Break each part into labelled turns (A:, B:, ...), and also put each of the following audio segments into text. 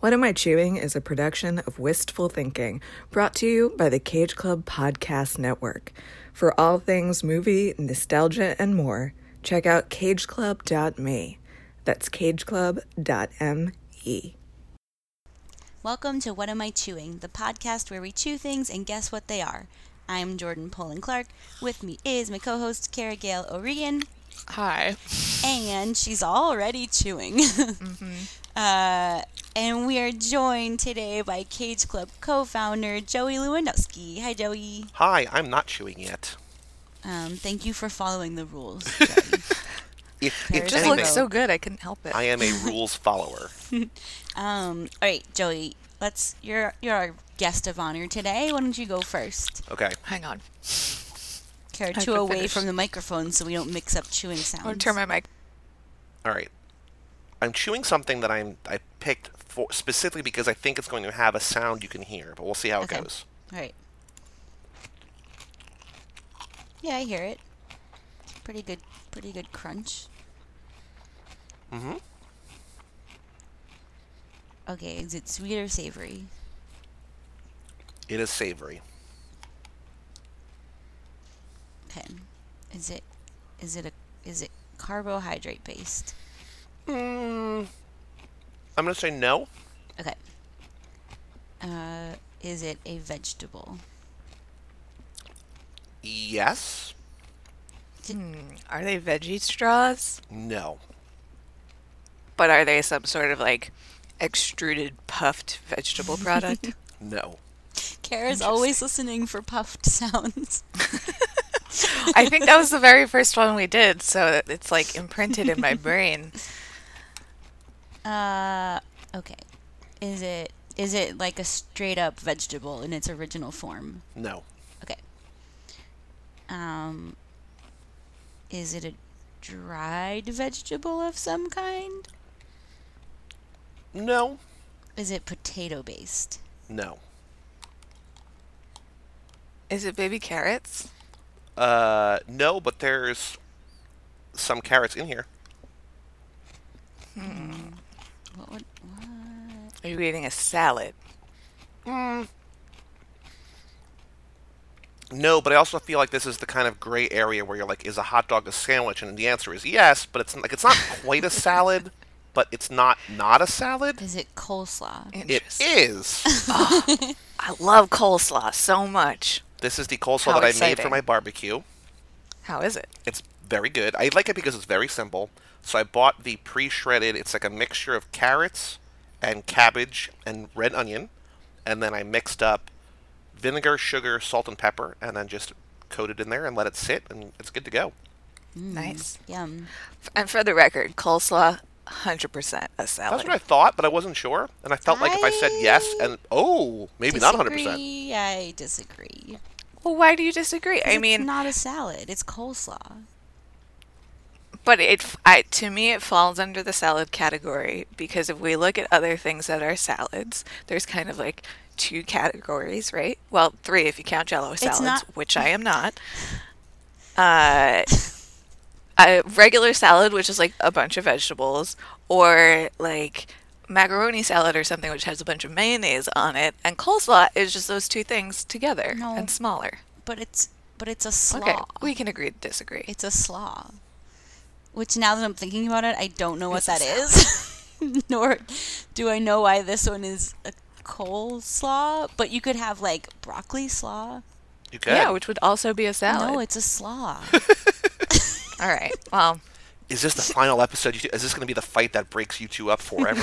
A: What Am I Chewing is a production of Wistful Thinking, brought to you by the Cage Club Podcast Network. For all things movie, nostalgia, and more, check out cageclub.me. That's cageclub.me.
B: Welcome to What Am I Chewing, the podcast where we chew things and guess what they are. I'm Jordan Poland Clark. With me is my co host, Kara Gale O'Regan,
C: Hi.
B: and she's already chewing.
C: Mm-hmm.
B: uh, and we are joined today by Cage Club co founder Joey Lewandowski. Hi, Joey.
D: Hi, I'm not chewing yet.
B: Um, thank you for following the rules. Joey.
D: If,
B: There
D: if
B: it
C: Just
B: Anyway.
C: looks so good. I couldn't help it.
D: I am a rules follower.
B: um, all right, Joey, let's. You're, you're our guest of honor today. Why don't you go first?
D: Okay.
C: Hang on.
B: Care
C: I
B: two
C: could
B: away
C: finish.
B: from the microphone so we don't mix up chewing
C: I'm going
B: sounds.
C: to turn my mic.
D: All right. I'm chewing something that I'm I picked for specifically because I think it's going to have a sound you can hear, but we'll see how it
B: Okay.
D: goes.
B: All right. Yeah, I hear it. It's pretty good. Pretty good crunch.
D: Mhm.
B: Okay, is it sweet or savory?
D: It is savory.
B: Okay. Is it? Is it a? Is it carbohydrate based?
D: Mm, I'm going to say no.
B: Okay. Uh, is it a vegetable?
D: Yes.
C: Hmm, Are they veggie straws?
D: No.
C: But are they some sort of like extruded puffed vegetable product?
D: No.
B: Kara's always listening for puffed sounds.
C: I think that was the very first one we did, so it's like imprinted in my brain.
B: Uh, okay. Is it is it like a straight up vegetable in its original form?
D: No.
B: Okay. Um, is it a dried vegetable of some kind?
D: No.
B: Is it potato based?
D: No.
C: Is it baby carrots?
D: Uh no, but there's some carrots in here.
B: What would what?
C: Are you eating a salad?
D: No, but I also feel like this is the kind of gray area where you're like, is a hot dog a sandwich? And the answer is yes, but it's like it's not quite a salad, but it's not not a salad.
B: Is it coleslaw?
D: It
C: Interesting.
D: is.
C: I love coleslaw so much.
D: this is the coleslaw
C: How
D: that I made
C: exciting.
D: for my barbecue.
C: How is it?
D: It's very good. I like it because it's very simple. So I bought the pre-shredded. It's like a mixture of carrots and cabbage and red onion, and then I mixed up vinegar, sugar, salt, and pepper, and then just coated in there and let it sit, and it's good to go.
C: Nice.
B: Yum.
C: F- And for the record, coleslaw, 100% a salad.
D: That's what I thought, but I wasn't sure, and I felt like if I said yes, and oh, maybe not 100. percent
B: Disagree. I disagree.
C: Well, why do you disagree? I
B: It's
C: mean,
B: not a salad. It's coleslaw.
C: But it, f- I, to me, it falls under the salad category because if we look at other things that are salads, there's kind of like two categories, right? Well, three if you count Jello salads,
B: not-
C: which I am not. Uh, a regular salad, which is like a bunch of vegetables, or like macaroni salad or something which has a bunch of mayonnaise on it, and coleslaw is just those two things together
B: No.
C: and smaller.
B: But it's but it's a slaw.
C: Okay, we can agree to disagree.
B: It's a slaw. Which now that I'm thinking about it, I don't know what
C: It's a
B: that is. Nor do I know why this one is a coleslaw. But you could have like broccoli slaw.
D: You could.
C: yeah, which would also be a salad.
B: No, it's a slaw.
C: All right. Well,
D: is this the final episode? You two, is this going to be the fight that breaks you two up forever?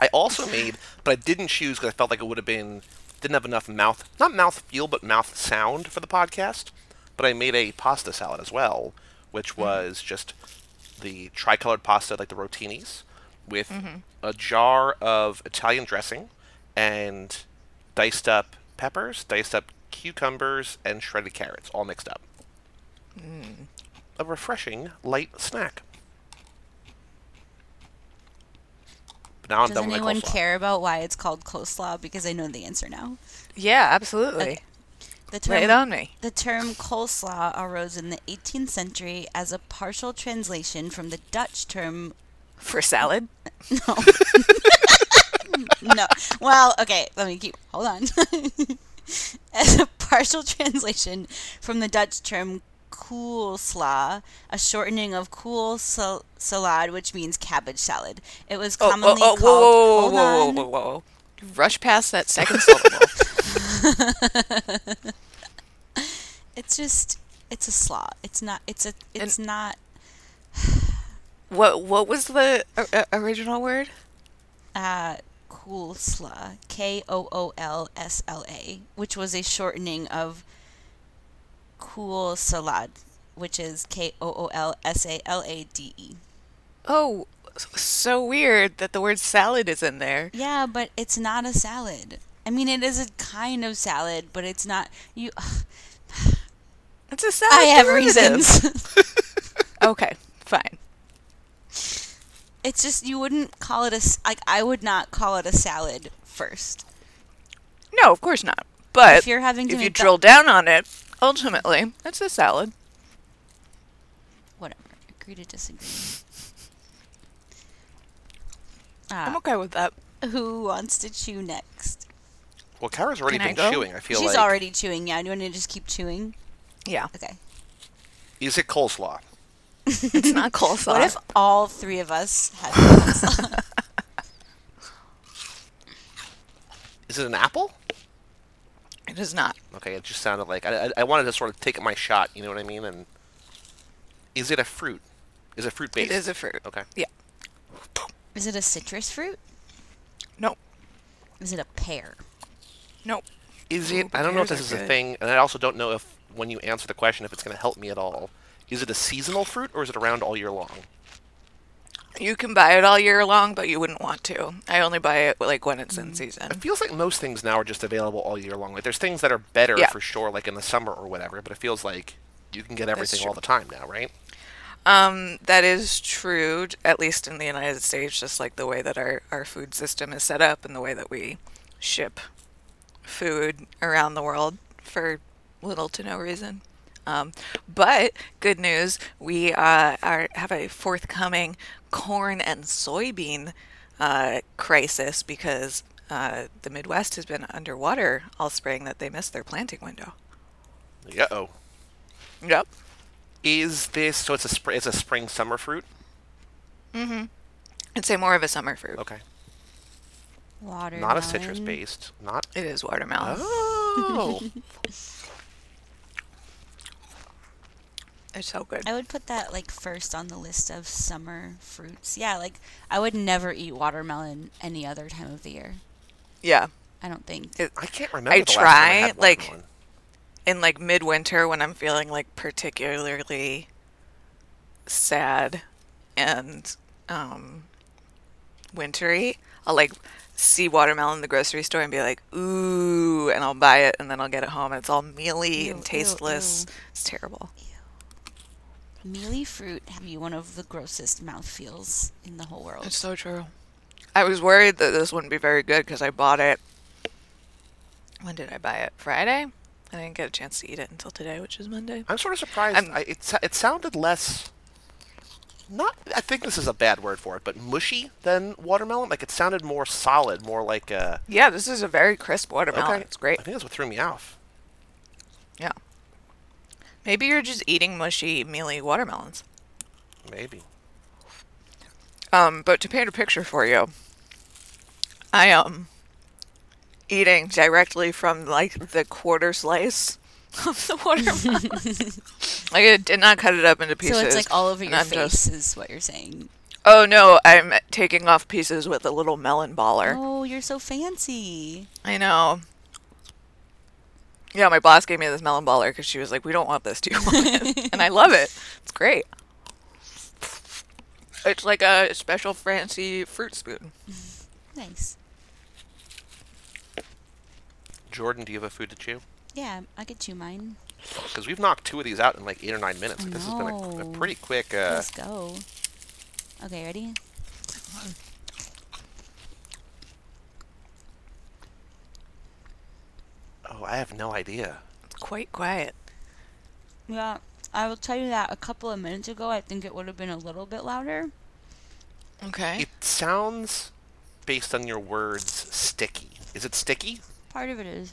D: I also made, but I didn't choose because I felt like it would have been didn't have enough mouth, not mouth feel, but mouth sound for the podcast. But I made a pasta salad as well, which was just the tricolored pasta, like the rotinis, with a jar of Italian dressing and diced up peppers, diced up cucumbers, and shredded carrots, all mixed up a refreshing light snack. But now I'm
B: Does
D: done with my
B: anyone
D: coleslaw.
B: care about why it's called coleslaw? Because I know the answer now.
C: yeah, absolutely.
B: Okay. The term,
C: Lay it on me.
B: The term coleslaw arose in the 18th century as a partial translation from the Dutch term
C: For salad?
B: no no. Well, okay, let me keep. Hold on. As a partial translation from the Dutch term koolsla, a shortening of kool sal- salad, which means cabbage salad. It was
C: Oh,
B: commonly
C: oh, oh,
B: called.
C: whoa, whoa, whoa,
B: hold
C: whoa, whoa,
B: on.
C: whoa, whoa, whoa. You rush past that second syllable.
B: It's just. It's a slaw. It's not. It's a. It's not.
C: What what was the o- o- original word?
B: uh, Koolsla, K O O L S L A, which was a shortening of Kool Salad, which is K O O L S A L A D E.
C: Oh, s- so weird that the word salad is in there.
B: Yeah, but it's not a salad. I mean, it is a kind of salad, but it's not. You,
C: It's a salad.
B: I have
C: derivative.
B: reasons.
C: Okay, fine.
B: it's just you wouldn't call it a s- like. I would not call it a salad first.
C: No, of course not. But
B: If you're having to
C: if you
B: make the-
C: drill down on it, ultimately, it's a salad.
B: Whatever. Agree to disagree.
C: I'm
B: Uh,
C: okay with that.
B: who wants to chew next?
D: Well, Kara's already
C: Can I
D: been
C: go?
D: chewing. I feel
B: She's
D: like
B: already chewing. Yeah, do you want to just keep chewing?
C: Yeah,
B: Okay.
D: is it coleslaw?
C: it's not coleslaw.
B: What if all three of us had coleslaw?
D: Is it an apple?
C: it is not?
D: Okay, it just sounded like I, I, I wanted to sort of take my shot. You know what I mean? And is it a fruit? Is it fruit based?
C: It is a fruit.
D: Okay.
C: Yeah.
B: Is it a citrus fruit?
C: No.
B: Is it a pear?
C: No.
D: Is
C: Ooh,
D: it?
C: but
D: I don't know if
C: pears
D: this is
C: are
D: a
C: good.
D: thing, and I also don't know if when you answer the question if it's going to help me at all. Is it a seasonal fruit or is it around all year long?
C: You can buy it all year long, but you wouldn't want to. I only buy it like when it's in
D: It
C: season.
D: feels like most things now are just available all year long. Like there's things that are better
C: Yeah.
D: for sure, like in the summer or whatever. But it feels like you can get everything
C: true.
D: all the time now, right?
C: Um, that is true, at least in the United States, just like the way that our, our food system is set up and the way that we ship food around the world for little to no reason. Um, but good news, we uh, are, have a forthcoming corn and soybean uh, crisis because uh, the Midwest has been underwater all spring that they missed their planting window.
D: Yeah. Oh.
C: Yep.
D: Is this so? It's a spr- it's a spring summer fruit.
C: I'd say more of a summer fruit.
D: Okay.
B: Water.
D: Not a citrus based. Not.
C: It is watermelon.
D: Oh.
C: It's so good.
B: I would put that like first on the list of summer fruits. Yeah, like I would never eat watermelon any other time of the year.
C: Yeah.
B: I don't think.
C: It,
D: I can't remember.
C: I
D: the last time I
C: try,
D: had
C: like-
D: watermelon.
C: in like midwinter when I'm feeling like particularly sad and um wintry, I'll like see watermelon in the grocery store and be like, ooh, and I'll buy it and then I'll get it home and it's all mealy
B: Ew, ew,
C: and tasteless.
B: ew.
C: It's terrible.
B: Mealy fruit have you one of the grossest mouthfeels in the whole world.
C: It's so true. I was worried that this wouldn't be very good because I bought it. When did I buy it? Friday? I didn't get a chance to eat it until today, which is Monday.
D: I'm sort of surprised.
C: I'm-
D: I, it, sa- it sounded less. Not. I think this is a bad word for it, but mushy than watermelon. Like it sounded more solid, more like a.
C: Yeah, this is a very crisp watermelon. It's great.
D: I think that's what threw me off.
C: Yeah. Maybe you're just eating mushy, mealy watermelons.
D: Maybe.
C: Um, but to paint a picture for you, I am eating directly from like the quarter slice of the watermelon. like I did not cut it up into pieces.
B: so it's like all over
C: and
B: your
C: I'm
B: face
C: just-
B: is what you're saying.
C: oh no, I'm taking off pieces with a little melon baller.
B: Oh, you're so fancy.
C: I know. Yeah, my boss gave me this melon baller because she was like, "We don't want this. Do you want it?" and I love it. It's great. It's like a special fancy fruit spoon.
B: Nice.
D: Jordan, do you have a food to chew?
B: Yeah, I could chew mine.
D: Because we've knocked two of these out in like eight or nine minutes. Like, this has been a,
B: No.
D: a pretty quick. Uh,
B: Let's go. Okay, ready?
D: oh, I have no idea.
C: It's quite quiet.
B: Yeah, I will tell you that a couple of minutes ago, I think it would have been a little bit louder.
C: Okay.
D: It sounds based on your words sticky? Is it sticky?
B: Part of it is.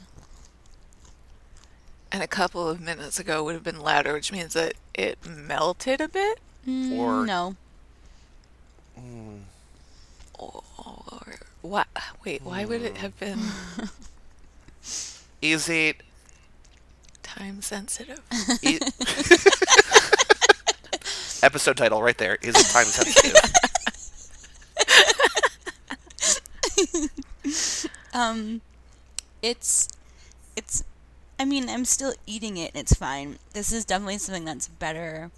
C: And a couple of minutes ago would have been louder, which means that it melted a bit.
B: Mm,
D: Or-
B: no.
C: Or what? Wait, why would it have been
D: Is it.
C: time sensitive?
D: it... Episode title right there. Is it time sensitive?
B: Um, it's, it's, I mean, I'm still eating it. and It's fine. This is definitely something that's better.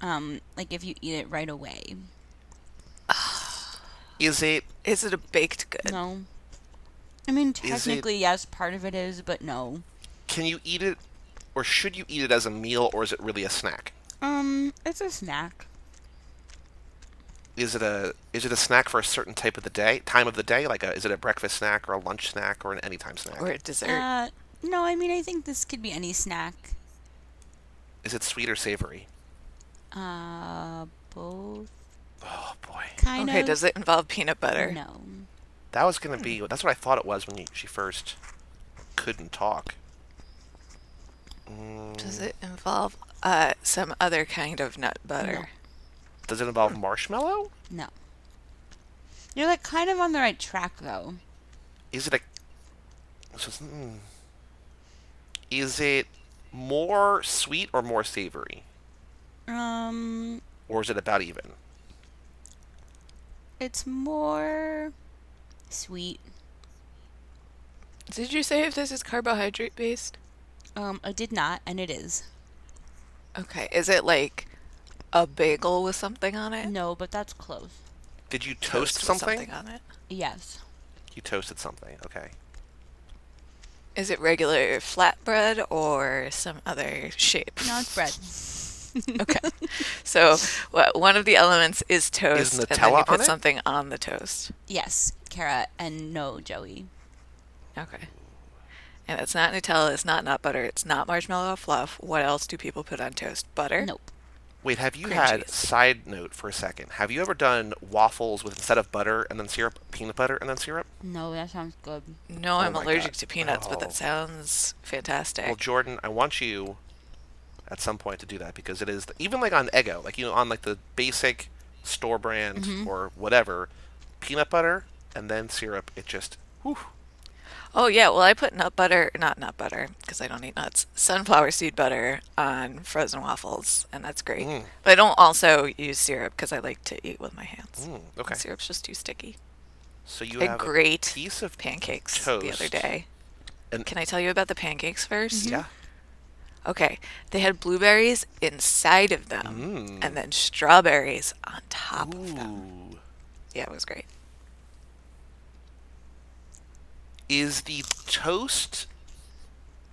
B: Um, like if you eat it right away.
D: Is it.
C: Is it a baked good?
B: No. I mean,
D: it-
B: technically, yes, part of it is, but no.
D: Can you eat it, or should you eat it as a meal, or is it really a snack?
B: Um, it's a snack.
D: Is it a is it a snack for a certain type of the day, time of the day? Like a is it a breakfast snack or a lunch snack or an anytime snack?
C: Or a dessert?
B: Uh, no, I mean, I think this could be any snack.
D: is it sweet or savory?
B: Uh, both
D: Oh boy,
B: kind
C: okay,
B: of.
C: does it involve peanut butter?
B: No.
D: that was gonna be that's what I thought it was when you, she first couldn't talk.
C: Does it involve uh, some other kind of nut butter?
D: Does it involve marshmallow?
B: No. You're like kind of on the right track though.
D: Is it a so it's- mm. is it more sweet or more savory,
B: Um,
D: or is it about even?
B: it's more sweet.
C: Did you say if this is carbohydrate based?
B: Um, I did not, and it is.
C: Okay, is it like a bagel with something on it?
B: No, but that's close.
D: Did you toast,
C: with
D: something?
C: something on it?
B: Yes.
D: You toasted something. Okay.
C: Is it regular flatbread or some other shape?
B: No, it's bread.
C: Okay. so what, one of the elements is toast, and then you
D: Nutella
C: put
D: on it?
C: something on the toast.
B: Yes, Kara, and no, Joey.
C: Okay. And it's not Nutella. It's not nut butter. It's not marshmallow fluff. What else do people put on toast? Butter.
B: Nope.
D: Wait, have you
C: Cream
D: had
C: cheese.
D: side note for a second? Have you ever done waffles with instead of butter and then syrup, peanut butter and then syrup?
B: No, that sounds good.
C: No, I'm
D: Oh my
C: allergic
D: God.
C: to peanuts, but
D: Oh.
C: that sounds fantastic.
D: Well, Jordan, I want you at some point to do that because it is even like on Eggo, like you know, on like the basic store brand
C: Mm-hmm.
D: or whatever, peanut butter and then syrup. It just whew,
C: oh yeah. Well, I put nut butter, not nut butter, because I don't eat nuts. Sunflower seed butter on frozen waffles, and that's great.
D: Mm.
C: But I don't also use syrup because I like to eat with my hands.
D: mm, okay.
C: Syrup's just too sticky.
D: So you
C: A
D: have
C: great
D: a piece of
C: Pancakes the other
D: Toast.
C: day.
D: And- Mm-hmm.
C: Can I tell you about the pancakes 1st
D: yeah.
C: Okay. They had blueberries inside of them and then strawberries on top of them.
D: Mm. Ooh,
C: Yeah, it was great.
D: is the toast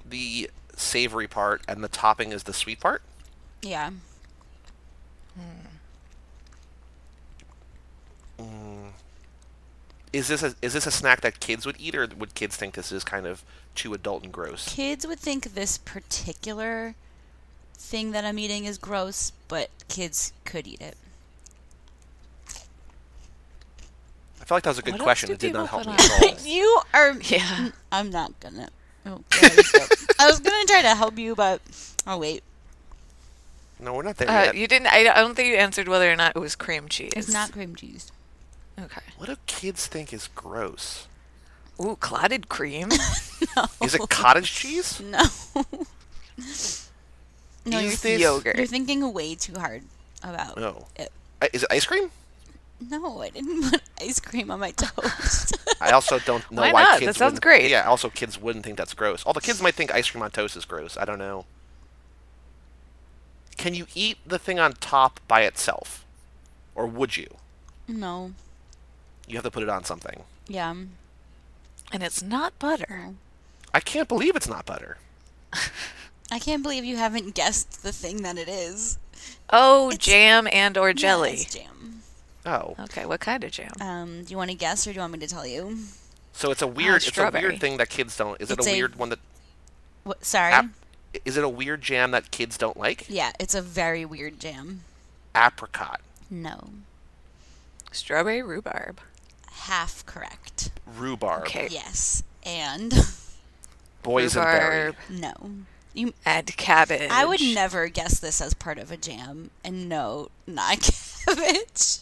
D: the savory part and the topping is the sweet part?
B: Yeah.
D: Is this a is this a snack that kids would eat, or would kids think this is kind of too adult and gross?
B: Kids would think this particular thing that I'm eating is gross, but kids could eat it.
D: I feel like that was a good
C: What else
D: question.
C: do
D: It did not
C: people
D: help me
C: put
D: at all.
B: You are.
C: Yeah.
B: I'm not gonna. Oh, God, I'm so- I was gonna try to help you, but oh wait,
D: No, we're not there
C: Uh,
D: yet.
C: you didn't. I, don't- I don't think you answered whether or not it was cream cheese.
B: it's not cream cheese.
C: Okay.
D: What do kids think is gross?
C: Ooh, clotted cream.
D: Is it cottage cheese?
B: No. no,
D: is
B: you're,
D: this
C: Yogurt.
B: you're thinking way too hard about
D: No.
B: it.
D: I- Is it ice cream?
B: No, I didn't put ice cream on my toast.
D: I also don't know
C: Why
D: why,
C: not? That
D: kids.
C: sounds
D: wouldn't-
C: great.
D: Yeah. Also, kids wouldn't think that's gross. Although kids might think ice cream on toast is gross. I don't know. Can you eat the thing on top by itself, or would you?
B: no.
D: You have to put it on something.
B: Yeah.
C: and it's not
B: Mm-hmm.
C: butter.
D: I can't believe it's not butter.
B: I can't believe you haven't guessed the thing that it is.
C: Oh, jam and or
B: Yeah,
C: jelly.
B: it's jam.
D: Oh.
C: Okay, what kind of jam?
B: Um, do you want to guess or do you want me to tell you?
D: So it's a weird, it's a
C: Ah, strawberry.
D: weird thing that kids don't. Is it
B: It's
D: a
B: a-
D: weird one that?
B: What, sorry.
D: Ap- is it a weird jam that kids don't like?
B: yeah, it's a very weird jam.
D: Apricot.
B: No.
C: Strawberry rhubarb.
B: half correct.
D: Rhubarb.
B: Oh,
C: Okay.
B: Yes. And
D: Boysenberry.
C: Rhubarb
B: no. You
C: and cabbage.
B: I would never guess this as part of a jam. And no, not cabbage.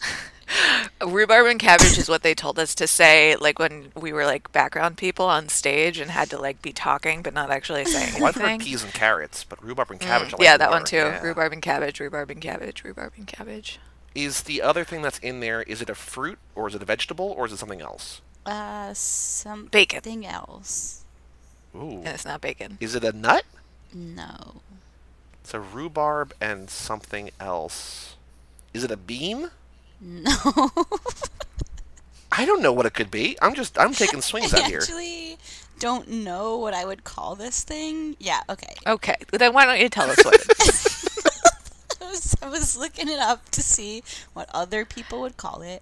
C: Uh, Rhubarb and cabbage is what they told us to say, like when we were like background people on stage and had to like be talking but not actually saying
D: Well, Oh, I've heard
C: anything.
D: peas and carrots, but rhubarb and cabbage. I like
C: yeah, that one
D: rhubarb.
C: too.
D: Yeah.
C: Rhubarb and cabbage, rhubarb and cabbage, rhubarb and cabbage.
D: Is the other thing that's in there? Is it a fruit or is it a vegetable or is it something else?
B: Uh, something else.
D: Ooh.
C: And it's not bacon.
D: Is it a nut?
B: No.
D: It's a rhubarb and something else. Is it a bean?
B: No.
D: I don't know what it could be. I'm just I'm taking swings
B: I
D: out here.
B: actually don't know what I would call this thing. Yeah, okay.
C: Okay, then why don't you tell us what? it is?
B: I was, I was looking it up to see what other people would call it.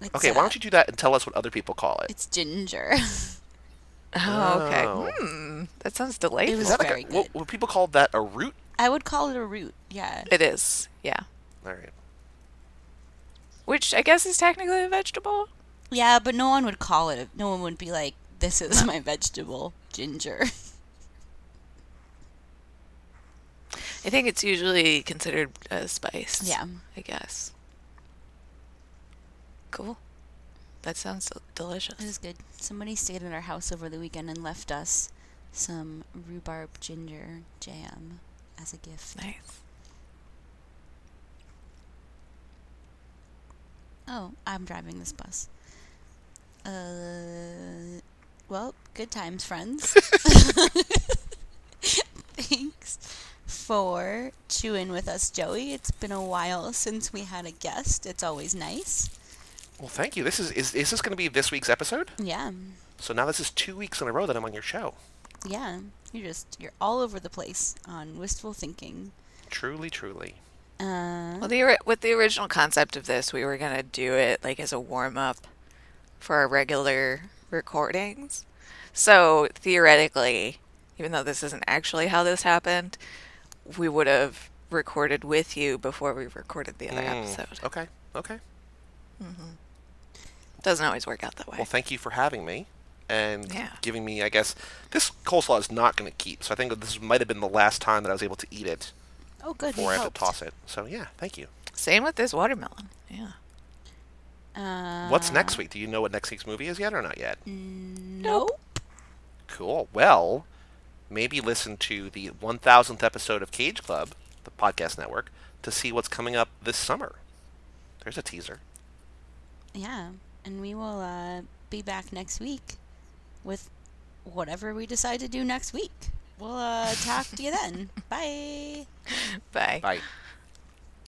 B: It's,
D: Okay,
B: uh,
D: why don't you do that and tell us what other people call it?
B: It's ginger.
C: oh, okay.
D: Oh.
C: Hmm, that sounds delightful.
B: was-
D: Is that like
B: very
D: a, what,
B: good.
D: would people call that a root?
B: I would call it a root. Yeah.
C: it is, yeah.
D: All right.
C: Which I guess is technically a vegetable.
B: Yeah, but no one would call it. a- No one would be like, "This is my vegetable, ginger."
C: I think it's usually considered a spice.
B: Yeah.
C: I guess. Cool. That sounds del-
B: It
C: delicious.
B: was good. Somebody stayed at our house over the weekend and left us some rhubarb ginger jam as a gift.
C: Nice.
B: Oh, I'm driving this bus. Uh, well, good times, friends. Thanks for chewing with us, Joey. It's been a while since we had a guest. It's always nice.
D: Well, thank you. This is is, is this going to be this week's episode?
B: Yeah,
D: So now this is two weeks in a row that I'm on your show.
B: yeah. You're just you're all over the place on wistful thinking.
D: Truly, truly.
B: Uh,
C: Well, the ori- with the original concept of this, we were gonna do it like as a warm up for our regular recordings. So theoretically, even though this isn't actually how this happened, we would have recorded with you before we recorded the other
D: Mm,
C: episode.
D: Okay. Okay.
C: Doesn't always work out that way.
D: Well, thank you for having me and
C: Yeah.
D: giving me, I guess, this coleslaw is not going to keep. So I think that this might have been the last time that I was able to eat it
B: oh, good. we
D: before I had to
B: helped.
D: toss it. So yeah, thank you.
C: Same with this watermelon. Yeah.
B: Uh,
D: What's next week? Do you know what next week's movie is yet or not yet?
B: Nope.
D: Cool. Well, maybe listen to the 1000th episode of Cage Club, the podcast network, to see what's coming up this summer. There's a teaser.
B: Yeah, and we will uh, be back next week with whatever we decide to do next week. We'll uh, talk to you then. Bye.
C: Bye.
D: Bye.